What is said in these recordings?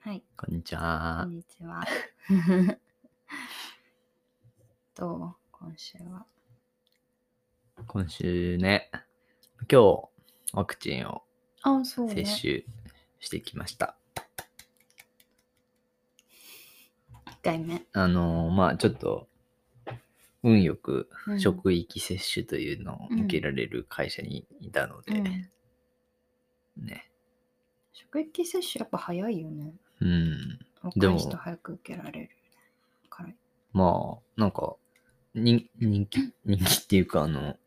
はい、こんにちこはん。にちは。 どう今週は。今週ね、今日、ワクチンをあ、そう接ね。種してきました。 1回目。あのー、まあちょっと、運よくうん職域接種というのを受けられる会社にいたので、うんね。職域接種やっぱ早いよね。うん。若でもい人早く受けられる。からまあ、なんか、人人気、人気っていうか、あの、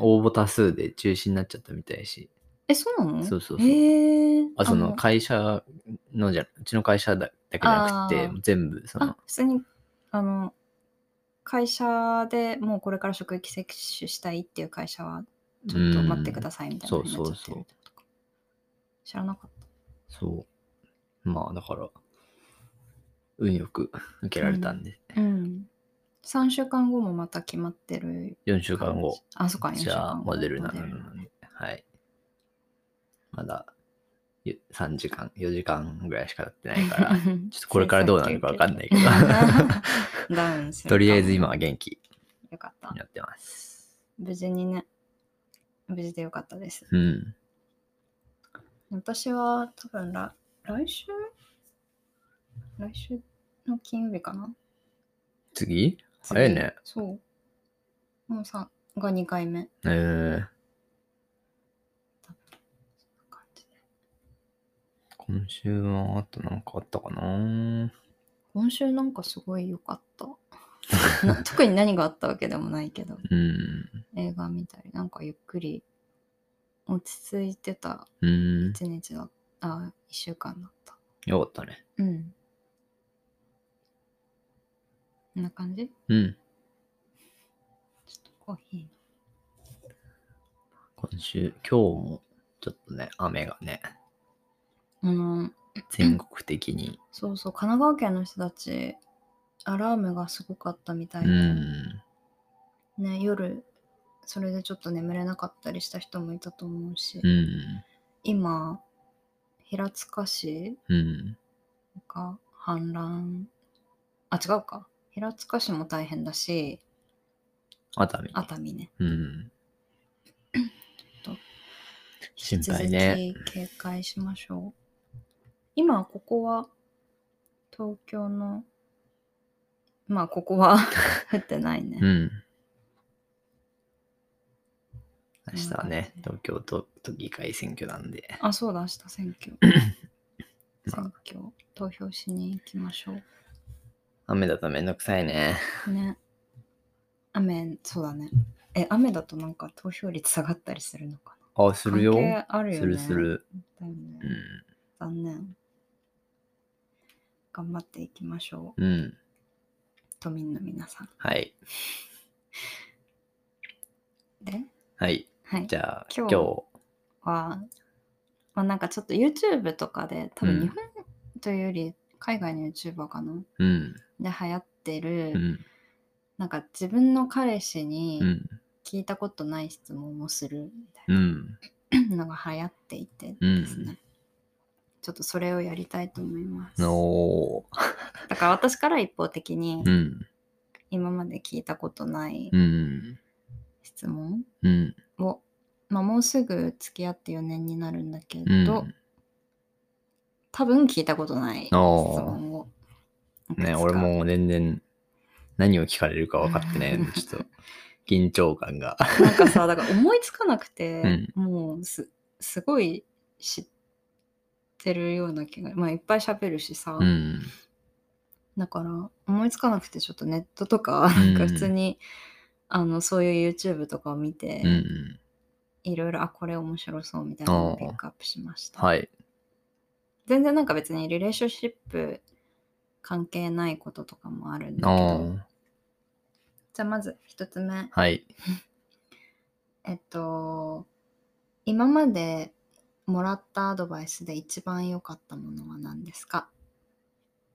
応募多数で中止になっちゃったみたいし、え、そうなのそうそうそうへえあ、そのもう会社のじゃ、うちの会社だだけじゃなくあてー、全部、そあの、、普通に、あの、会社でもうこれから職域接種したいっていう会社は、ちょっと待ってくださいみたいなうんになっちゃってるってことか。知らなかっそう。まあ、だから、運よく受けられたんで、た。うん。3週間後もまた決まってる。 4週間後、。あ、そっか、4週じ間ゃあ、後モデルナモなデル、ので、はい。まだ、ゆ3時間、4時間ぐらいしか経ってないから ちょっとこれからどうなるかわかんないけど、 ダウンするかもとりあえず今は元気よかったに。なってます。無事にね、無事でよかったです。うん。私は多分ら来週来週の金曜日かな次早い次ねそう。もうさ、が2回目。えー、そんな感じで今週はあとなんかあったかな今週なんかすごい良かった。 な特に何があったわけでもないけど、うん。映画見たり、なんかゆっくり落ち着いてたうん。 1日だあ、1週間だった。よかったね。うん。こんな感じうん。ちょっとコーヒ今週、今日もちょっとね、雨がね、ー。あの、全国的に。そうそう、神奈川県の人たち、アラームがすごかったみたいうで、ん。ね、夜、それでちょっと眠れなかったりした人もいたと思うし、うん。今、平塚市うん。が氾濫、あ、違うか。平塚市も大変だし、熱海。熱海ね。うんと。心続配ね。き警戒しましょう。今、ここは、東京の、まあ、ここ は降ってないね。うん。明日はね、そ東京都都議会選挙なんで、あ、そうだ、明日選挙。 まあ選挙、投票しに行きましょ雨だとめんどくさいね。う。ね。雨、そうだね。え、雨だとなんか投票率下がったりするのかなあ、するよ。関係あるよ、ね。するす。る。だようね。ん。残念。頑張っていきましょう。うん。都民の皆さん。はい。で、はい。はい。じゃあ、今今日日。は、まあ、なんかちょっと YouTube とかで多うん分日本というより海外の YouTuber かな、うん。で流行ってる、うん。なんか自分の彼氏にうん。聞いたことない質問をするうみん。たい なのが流行っていてうんですね、ちょっとそれをやりたいと思いますのだから私から一方的にうん。今まで聞いたことないうん。質問うん。を、まあ、もうすぐ付き合って4年になるんだけど、うん。多分聞いたことない質問をいくつね、か俺も全然何を聞かれるか分かってな いので、ちょっと緊張感が。なんかさ、だから思いつかなくて、うんもうすすごい知ってるような気が、まあいっぱい喋るしさ、うん。だから思いつかなくてちょっとネットとか、うんなんか普通にあのそういう YouTube とかを見て、うん。いろいろあこれ面白そうみたいなのをあーピックアップしました、はい。全然なんか別にリレーションシップ関係ないこととかもあるんだけどあじゃあまず一つ目あ。はい。えっと、今までもらったアドバイスで一番良かったものは何ですか、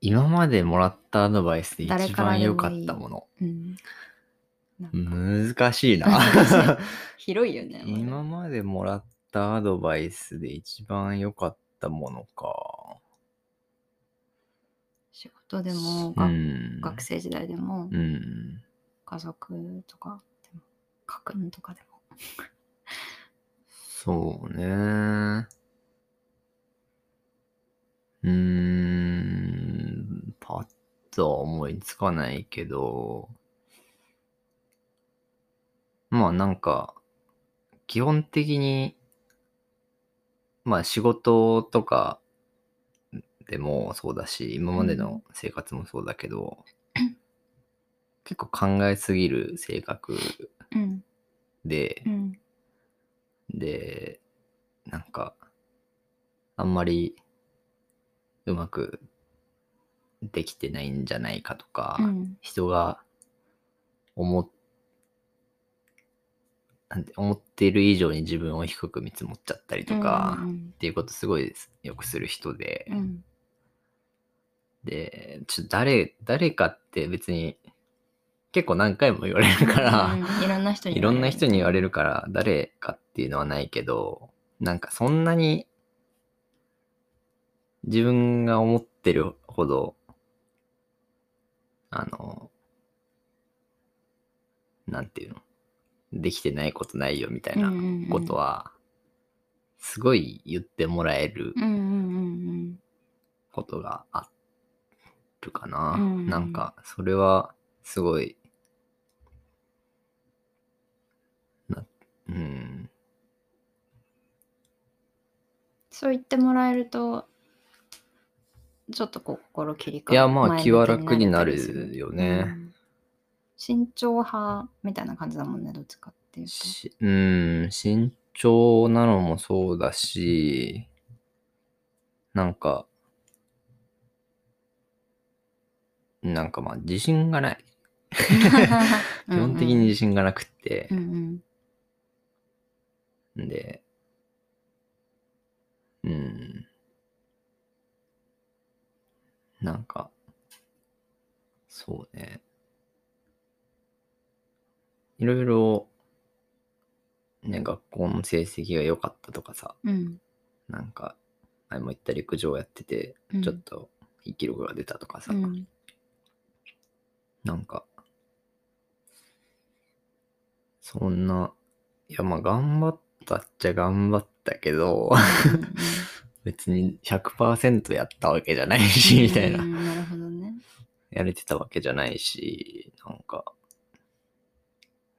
今までもらったアドバイスで誰一から番で良もかいいったもの。うん、なんか難し いな。難広いよ ね。今ままでもらったアドバイスで一番良かったものか。仕事でも、うがん、学生時代でも、うん。家族とかでも家訓とかでもそうね。うーん、パッとは思いつかないけど、まあなんか、基本的に、まあ仕事とかでもそうだし、今までの生活もそうだけど、結構考えすぎる性格うんで、うんで、なんか、あんまりうまくできてないんじゃないかとか、うん人が思っなんて思っている以上に自分を低く見積もっちゃったりとか、うっんていうことすごいですよくする人で、うんで、ちょっと誰、誰かって別に結構何回も言われるから、うんいろんな人にいろんな人に言われるるから誰かっていうのはないけどなんかそんなに自分が思ってるほどあのなんていうのできてないことないよみたいなことはすごい言ってもらえるうんうんことがあるかな。うんなんか、それは、すごい、な、うん、そう言ってもらえるとちょっとこう心切り替いやまあ前向き気は楽になったりするよねうん慎重派みたいな感じだもんねどっちかって いうとしうん、慎重なのもそうだし、なんか、なんかまあ自信がない。基本的に自信がなくって、うんうんで、うん。なんか、そうね。いろいろ、ね、学校の成績が良かったとかさ、うんなんか、前も言った陸上やってて、うんちょっと、いい記録が出たとかさ、う んなんか、そんな、いや、まあ、頑張ったっちゃ頑張ったけど、別に100%やったわけじゃないし、みたいなう。んなるほどねやれてたわけじゃないし、なんか、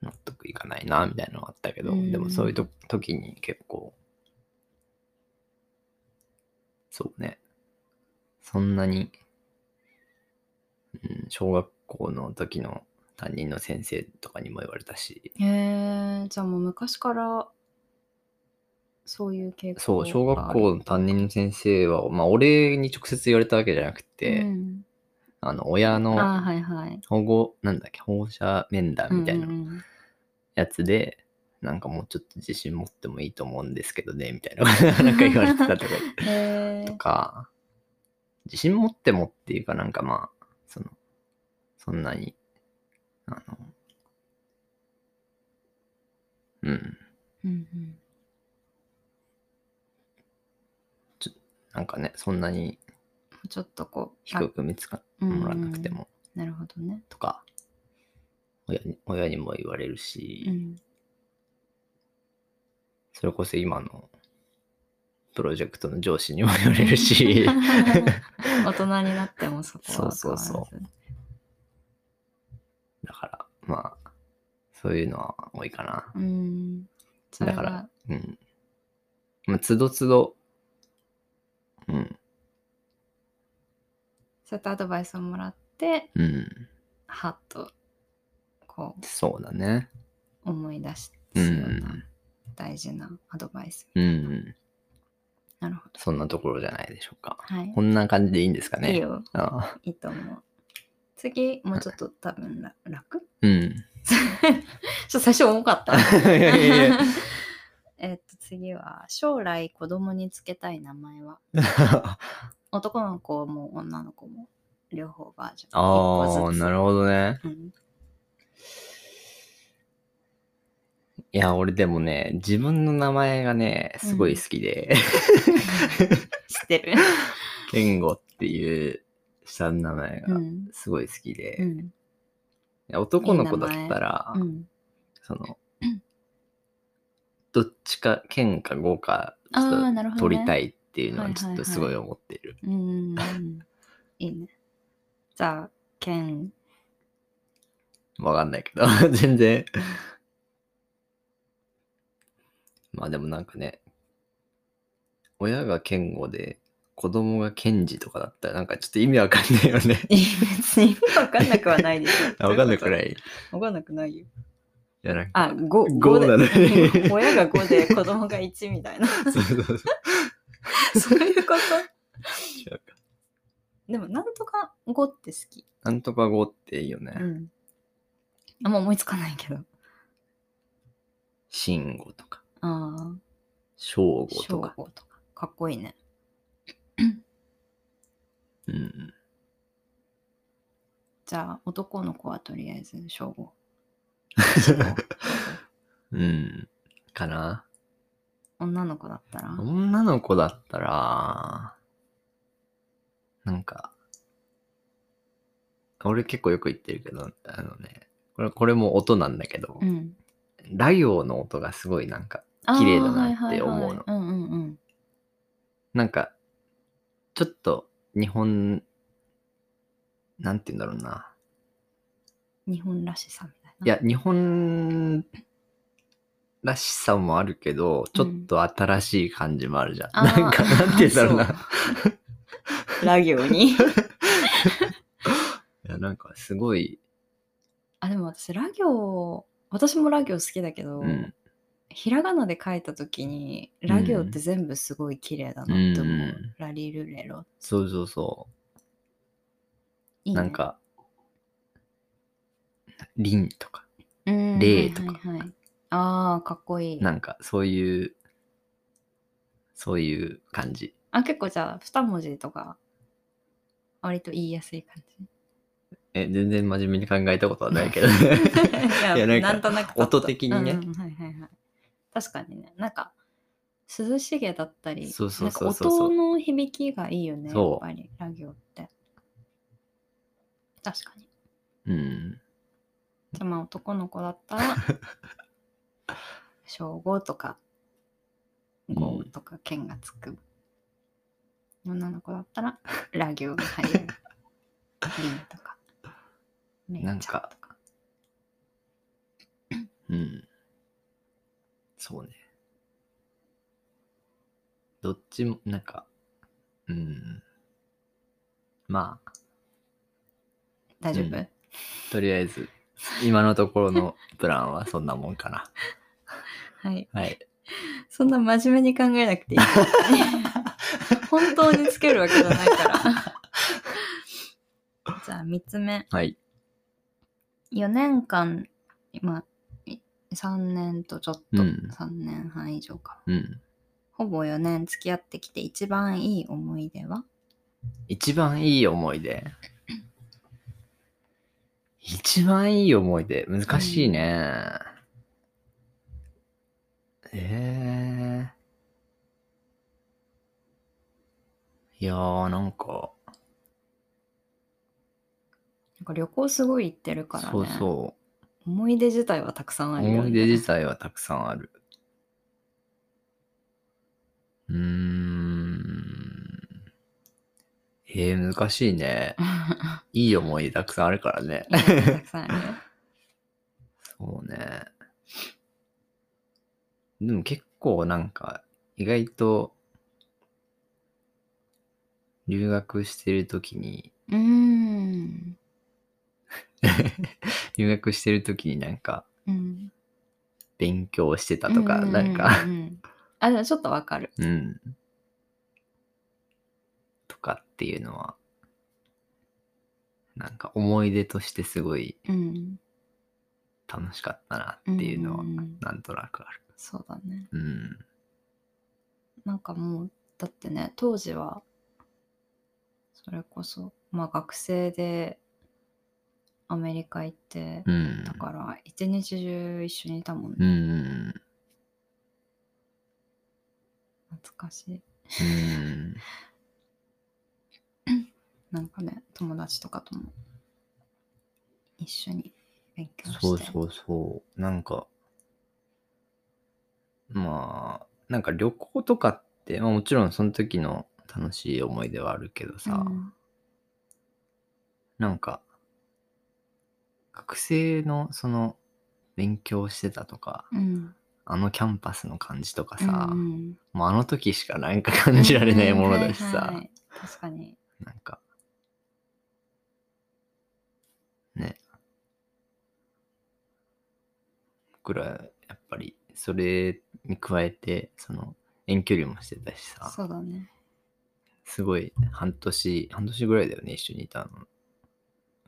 納得いかないな、みたいなのがあったけど、うんでもそういうと時に結構、そうね、そんなに、うん、小学校の時の担任の先生とかにも言われたし、へえじゃあもう昔からそういう傾向そう、小が学ある校の担任の先生は、まあ、俺に直接言われたわけじゃなくて、うんあの、親の、あーはいはい保護、なんだっけ、保護者面談みたいなうんうんうんやつで、なんかもうちょっと自信持ってもいいと思うんですけど ね、みたいな、なんか言われてたとか、へえとか、自信持ってもっていうかなんかまあ、その、そんなに、あの、うん、うんうんなんかね、そんなにちょっとこう低く見つかってあもらわなくても、なるほどね。とか、親に親にも言われるし、うん。それこそ今のプロジェクトの上司にも言われ るし、大人になってもそこは。そうそうそうだから、まあ、そういうのは多いかな。うん。それはだから、うん。まあ、つどつど、うん、そうやってアドバイスをもらって、うん、はっと、こそうだね。う、思い出すうよんうな大事なアドバイス。うん、うん、なるほど。そんなところじゃないでしょうか。はいこ。んな感じでいいんですかね。いいよ。ああいいと思う。次、もうちょっと多分ら 楽ちょ うん。。っと最初重かった いやいやいやえっと、次は、将来子供につけたい名前は男の子も女の子も両方バージョン。一あ個あ、ずつなるほどね。うんいや、俺でもね、自分の名前がね、すごい好きで、 知ってる。ケンゴっていう下の名前うがん。すごい好きで、うん。男の子だったら、うん。その うん、どっちか、剣か豪か、ちあょあ、っなるほとど。取りたい。いっていうのははいちょっとすごい思ってる。うんうんうん。いいね。じゃあ、剣。。わかんないけど、 全然。まあでもなんかね、親が剣吾で、子供が賢治とかだったら、なんかちょっと意味わかんないよね 別に分かんなくはないでしょ。わかんないくらい。い。い分かんなくないよ。や、なんか、あ、五五なのにで親が5で子供が1みた いな。そうそうそう。そういうこと違うかでも、なんとか5って好き。なんとか語っていいよね。うん。あんま思いつかないけど。慎吾とか、ああ。正吾小と学か。校とか。かっこいいね。うん。じゃあ、男の子はとりあえず、小五。 うん。かな。女の子だったら、女の子だったら、なんか、俺結構よく言ってるけど、あのね、これこれも音なんだけど、うん。ラ行の音がすごいなんか、あー綺麗だなって思うのはいはいはいうんうんうん。なんか、ちょっと日本、なんて言うんだろうな。日本らしさみたいな。いや、日本らしさもあるけど、ちょっと新しい感じもあるじゃん。あーなんか、なんて言うんだろうな。そうラ行に。いや、なんかすごい、あ、でも私、ラ行、私もラ行好きだけど、うん。ひらがなで書いたときに、ラ行って全部すごい綺麗だなって思う。うんラリルレロ。そうそうそう。いいねなん、か、リンとか、うん例とはかいはいはいああ、かっこいい。なんかそういう、そういう感じ。あ、結構じゃあ、二文字とか、割と言いやすい感じ。え、全然真面目に考えたことはないけど。い いやなんかとなく音的にねうんうんはいはいはい。確かにね。なんか、涼しげだったり、そうそうなんかそうそう音の響きがいいよね、やそうっぱり、ラ行って。確かに。うん。じゃあまあ、男の子だった ら、小5とか、う5んとか、剣がつく。女の子だったら、ラ行が入る。リンとか、レイちゃなんんとかか。うん。そうね。どっちも、なんか、うん。まあ、大丈夫、うんとりあえず、今のところのプランはそんなもんかな。はい。はい。そんな真面目に考えなくて いいから。本当につけるわけじゃないから。 じゃあ3つ目。はい。 4年間、今、い3年とちょっと、うん3年半以上か。うん。ほぼ4年付き合ってきて一番いい思い出は一番いい思い出。一番いい思い出。難しいね。ええいやー、なんか、なんか旅行すごい行ってるからね。そうそ思い出自体はたくさんう。あるよ、ね。思 い出自体はたくさんある。うーん。えー、難しいね。いい思い出たくさんあるからね。いい思い出たくさんあるよ。そうね。でも結構なんか、意外と、留学してるときに、 うーん。留学してるときになんか、うん。勉強してたとか、うううなんか、ううんあ、でもちょっとわかる。うん。とかっていうのは、なんか思い出としてすごいうん。楽しかったなっていうのはうんうんうん、なんとなくある。そうだね。うん。なんかもうだってね当時はそれこそまあ学生でアメリカ行ってうん。だから一日中一緒にいたもんね、うん。懐かしいうん。なんかね、友達とかとも一緒に勉強して。そうそうそう。なんか、まあ、なんか旅行とかって、まあもちろんその時の楽しい思い出はあるけどさ、うんなんか、学生のその勉強してたとか、うん。あのキャンパスの感じとかうんさ、うんもうあの時しかなんか 感じられないものだしうんはいさは、い確かに。なんか、ね。僕ら、やっぱり、それに加えて、その、遠距離もしてたしさ、そうだね。すごい、半年、半年ぐらいだよね、一緒にいたの。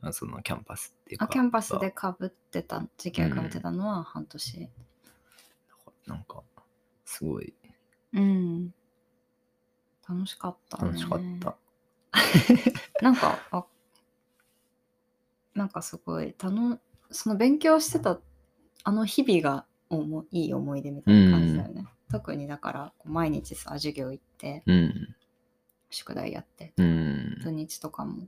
あその、キャンパスっていうか。あ、キャンパスでだかぶってた、時期がかぶってたのは半年。からなんか、すごい、うん。楽しかった、ね。楽しかった。なんか、あなんかすごい、たのその勉強してたあの日々がおもいい思い出みたいな感じだよね。特にだから、こう毎日さ、授業行って、うん。宿題やって、うん土。日とかも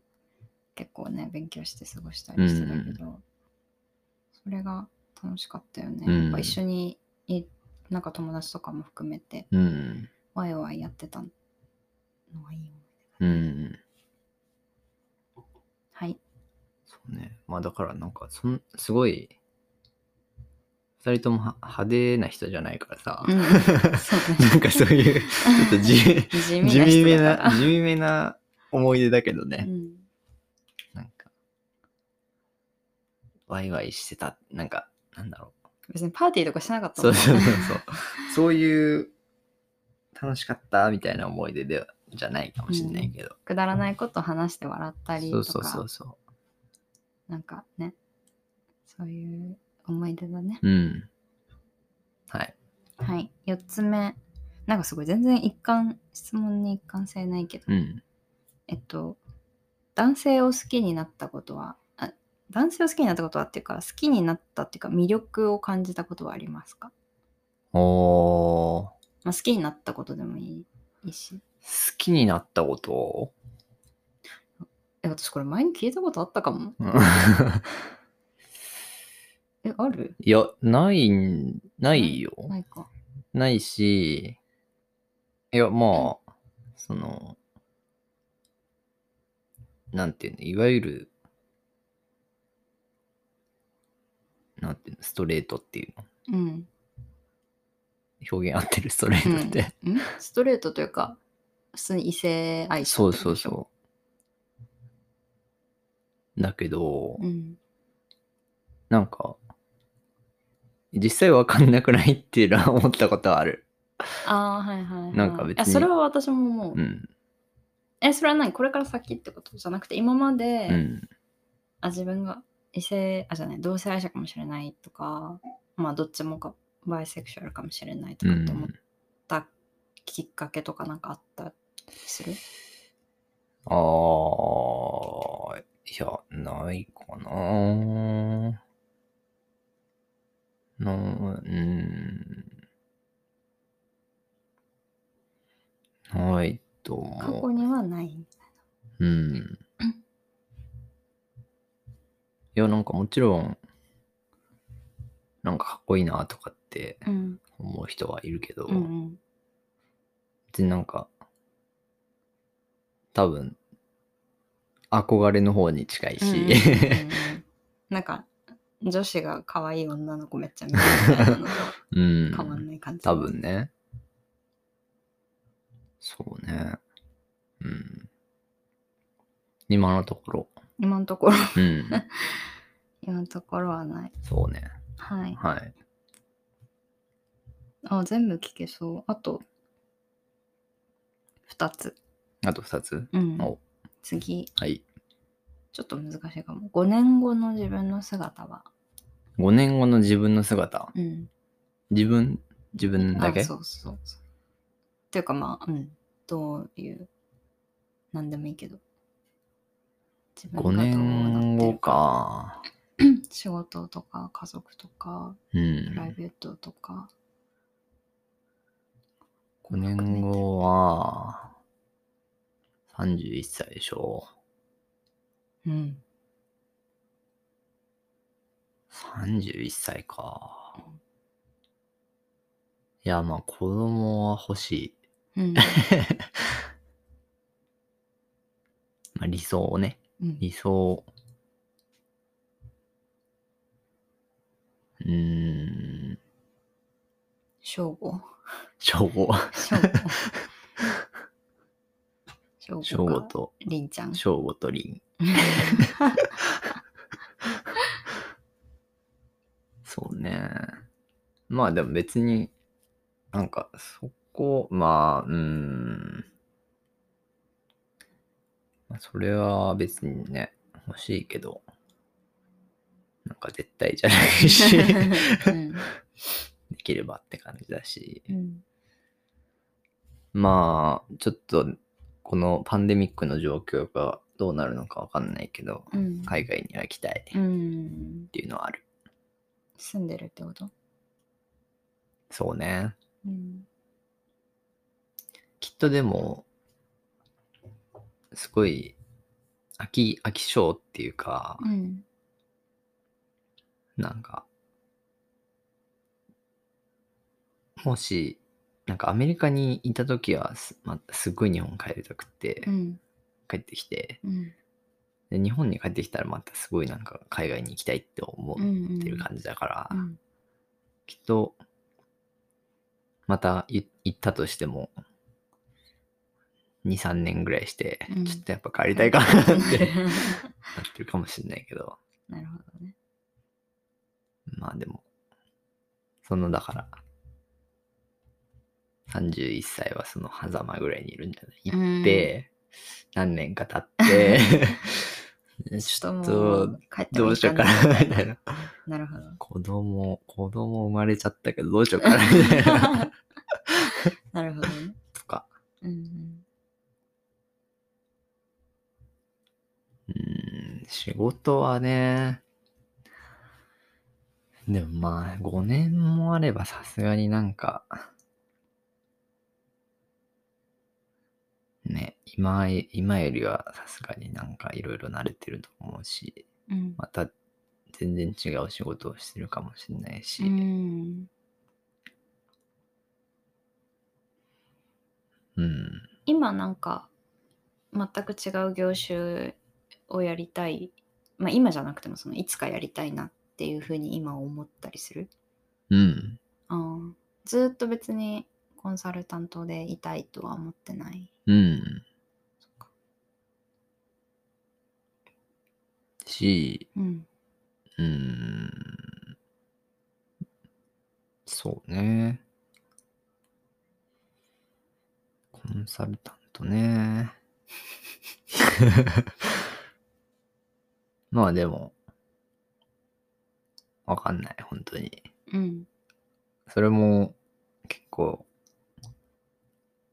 結構ね、勉強して過ごしたりしてたけど、それが楽しかったよね。うんやっぱ一緒にい、なんか友達とかも含めて、うん。ワイワイやってたのがいいよね。うん。はい。 そうね。まあだからなんかそん、すごい、二人ともは派手な人じゃないからさ、うんそうね なんかそういう、ちょっと地 地地味め人だかな、ら地味めな思い出だけどね、うんなんか、ワイワイしてた、なんか、なんだろ別にパーティーとかしなかっう。たそもんうねそうそうそう。そういう、楽しかったみたいな思い出ではじゃないかもしれないけど。 くだらないこと話して笑ったりとそかうそうそうそなんかねそういう思い出だね、う。うん。はい。はい4つ目なんかすごい全然一貫質問に一貫性ないけど、うん。えっと男性を好きになったことはあ男性を好きになったことはっていうか好きになったっていうか魅力を感じたことはありますか、おー。まあ、好きになったことでもいいいいし好きになった ことえ私これ前に聞いたことあったかもえあるいや、ないん、ないよ。ないかないし、いや、まあ、その、なんていうの、いわゆる、なんていうの、ストレートっていうの。うん表現合ってるストレートって。うん、ストレートというか普通に異性愛者 そうそうう、そう。だけど、うん、なんか、実際わかんなくないっていうのは思ったことはある。ああはいはい、はい、なんか別にいやそれは私ももう、うん。えそれは何これから先ってことじゃなくて今まで、うん。あ自分が異性あじゃない同性愛者かもしれないとかまあどっちもかバイセクシュアルかもしれないとかって思ったきっかけとかなんかあったりする、ああ、いや、ないかな。の、うん。ないと過去思にはない、う。うん。いや、なんかもちろん、なんかかっこいいなとかってうん思う人はいるけど、うんうん、別になんか、多分、憧れの方に近いうし、んうんうんうん なんか女子が可愛い女の子めっちゃ見るみたいなのと うん。変わんない感じ、多分ね。そうね。うん。今のところ。今のところ うん。今のところはないそうね。はいはい。あ全部聞けそうあと2つあと2つ。うんお次はい。ちょっと難しいかも5年後の自分の姿は5年後の自分の姿。うん自分自分だけあそうそうそうっていうかまあうんどういう何でもいいけど自分5年後か。仕事とか家族とかうプライん。ベートとか、 5年後は、31歳でしょ。うん。 31歳か。いや、まあ子供は欲しい。うん。まあ理想をね。うん理想。うーん。正午。正午。正午。正午。正午。と、りんちゃん。正午と凛。そうね。まあでも別に、なんかそこ、まあ、うーん。まあそれは別にね、欲しいけど、なんか絶対じゃない し、うんできればって感じだし。うん。まあ、ちょっと、このパンデミックの状況がどうなるのかわかんないけど、うん。海外には行きたいっうん。ていうのはある。住んでるってことそうね。うん。きっとでも、すごい、飽き、飽き性っていうか、うん。なんか、もし、なんかアメリカにいた時はす、まあ、すっごい日本帰りたくてう、ん。帰ってきて、うん。で日本に帰ってきたらまたすごいなんか海外に行きたいって思うん。うっんてる感じだから、 うんきっと、またい行ったとしても、2、3年ぐらいしてうん、ちょっとやっぱ帰りたいかなって、なってるかもしれないけど、なるほどね。まあでも、そのだから、31歳はその狭間ぐらいにいるんじゃない行って、何年か経 って、ちょっもとう、帰ってどもいういしよかうなかな、みたいな。なるほど。子供、子供生まれちゃったけど、どうしようかな、みたい な。なるほどね。とか。うんうーん、仕事はね、でもまあ、5年もあればさすがになんか、ね、今、今よりはさすがになんかいろいろ慣れてると思うし、うん。うんまた全然違う仕事をしてるかもしれないし、うん。うん、今なんか全く違う業種をやりたい、まあ、今じゃなくてもそのいつかやりたいなっていうふうに今思ったりするうん、あーずーっと別にコンサルタントでいたいとは思ってないうん。し、うんうーんそうね。コンサルタントね。 まあでも、わかんない、本当に。うんそれも結構、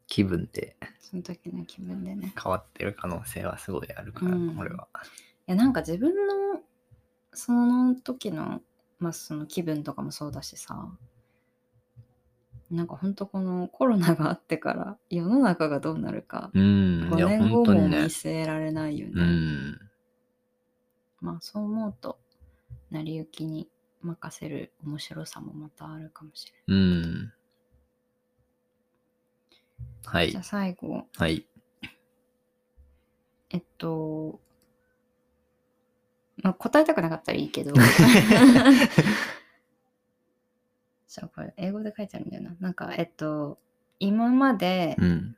気分でその時の気分でね変わってる可能性はすごいあるから、うんこれは。いやなんか自分のその時の,、まあ、その気分とかもそうだしさなんかほんとこのコロナがあってから世の中がどうなるかうん、い5や、年後本当もに見ね。据えられないよね。うん、まあそう思うと、成り行きに任せる面白さもまたあるかもしれない。うん。はじゃあい、最後、はい。えっと、まあ答えたくなかったらいいけ ど。そう、これ英語で書いてあるんだよな。なんか、えっと、今まで、うん。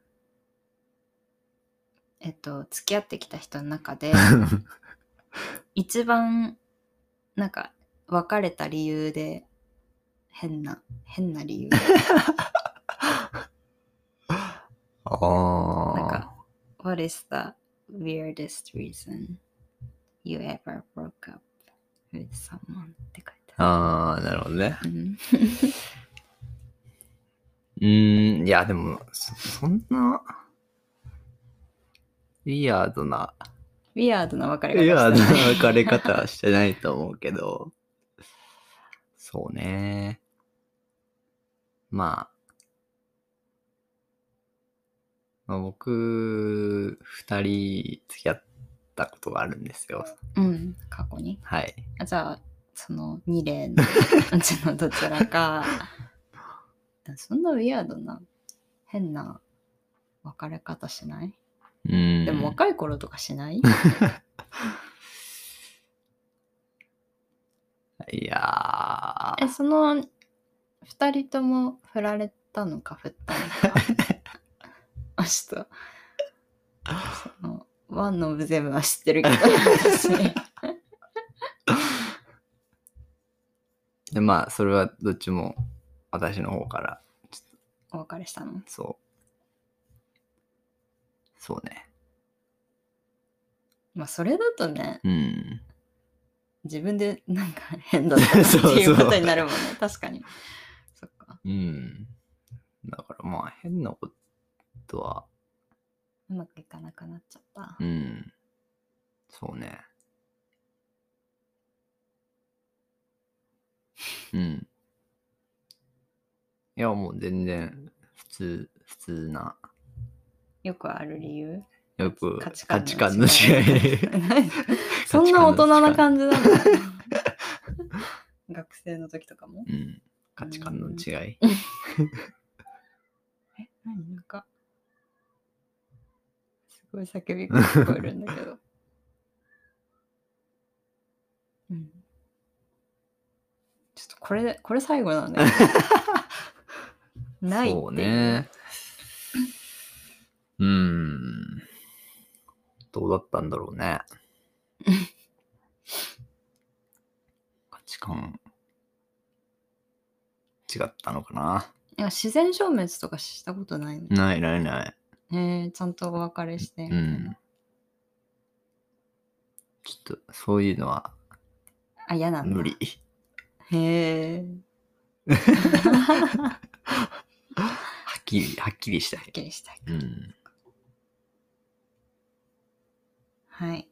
えっと、付き合ってきた人の中 で、一番なんか別れた理由で変な変な理由あなんあか。What is the weirdest reason you ever broke up with someone? って書いてあああ、なるほどね。る。うんうーん、いや、でも、そそんな、ウィアードな、ウィアードな別ウれ方ィアードなしたね別れ方はしてないと思う けど、そうね。まあ、まあ、僕、二人付き合っったことがあるんですよ。 うん、過去に。はい。あじゃあ、その2例のうちのどちらか。 そんなウィアードな、変な別れ方しないうん。でも若い頃とかしないいやえ、ー、その2人とも振られたのか振ったのか。あ、ちょっと、その、ワンのブゼムは知ってるけど、私。でまあ、それはどっちも私の方から、お別れしたの。そう。そうね。まあ、それだとね、うん。自分でなんか変だったなっていうこそうと そうになるもんね。確かに。そっか。うん。だからまあ、変なことは、うまくいかなくなっちゃった。うん。そうね。うん。いや、もう全然、普通、普通な、よくある理由よく価値価観値観の違 い。 そんな大人なじ。感 じなんだ。学生の時とかも。うん。価値観の違え、い。何なんか、すごい叫びが聞こえるんだけど。 うん。ちょっとこれ、これ最後なん だよね。ないっていうそうね。うん。どうだったんだろうね。価値観、違ったのかな。いや自然消滅とかしたことないの、ないないない。ねえちゃんとお別れしてみうたいな、ん。ちょっと、そういうのはあ嫌なんだ無理。へ えははっきり、はっきりしたっい。きりしたいうん。はい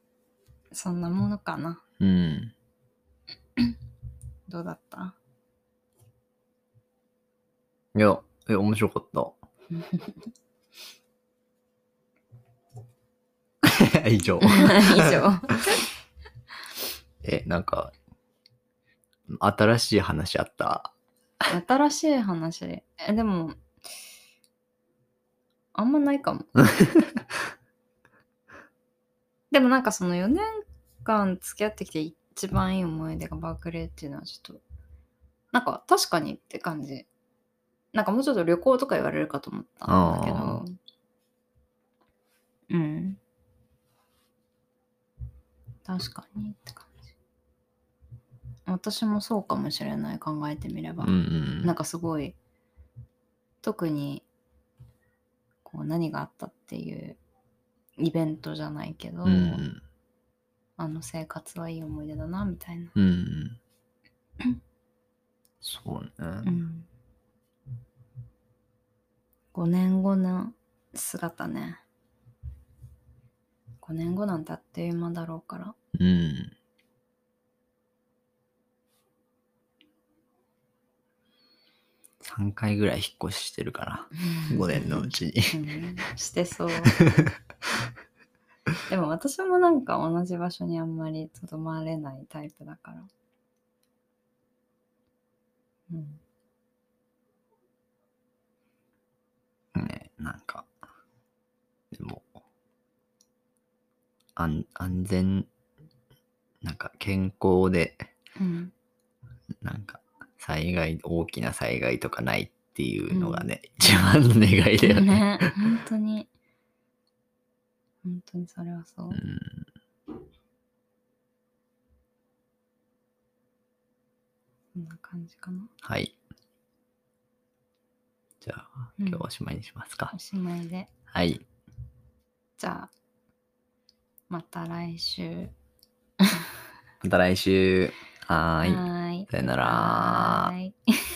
そんなものかなうん。どうだ った。いや、え、面白かった。 以 上以上え、なんか、新しい話あった。新しい話えでもあんまない かもでもなんかその4年間付き合ってきて一番いい思い出が爆裂っていうのはちょっとなんか確かにって感じなんかもうちょっと旅行とか言われるかと思ったんだけあどうん確かにって感じ私もそうかもしれない考えてみれば、んなんかすごい特にこう何があったっていうイベントじゃないけど、うん。あの生活はいい思い出だなみたいな、うん。そうね。うん、5年後の姿ね5年後なんてあっという間だろうからうん。3回ぐらい引っ越ししてるから、5年のうちに。うんしてそう でも私もなんか同じ場所にあんまりとどまれないタイプだからうんね、なんか、でも、安安全、なんか健康で、うんなんか災害、大きな災害とかないっていうのがね、一番の願いだよねね。本当に本当にそれはそううん、そんな感じかなはい。じゃあ、うん今日はおしまいにしますか。おしまいではい。じゃあまた来週また来週。はーい。ーいさよならはーい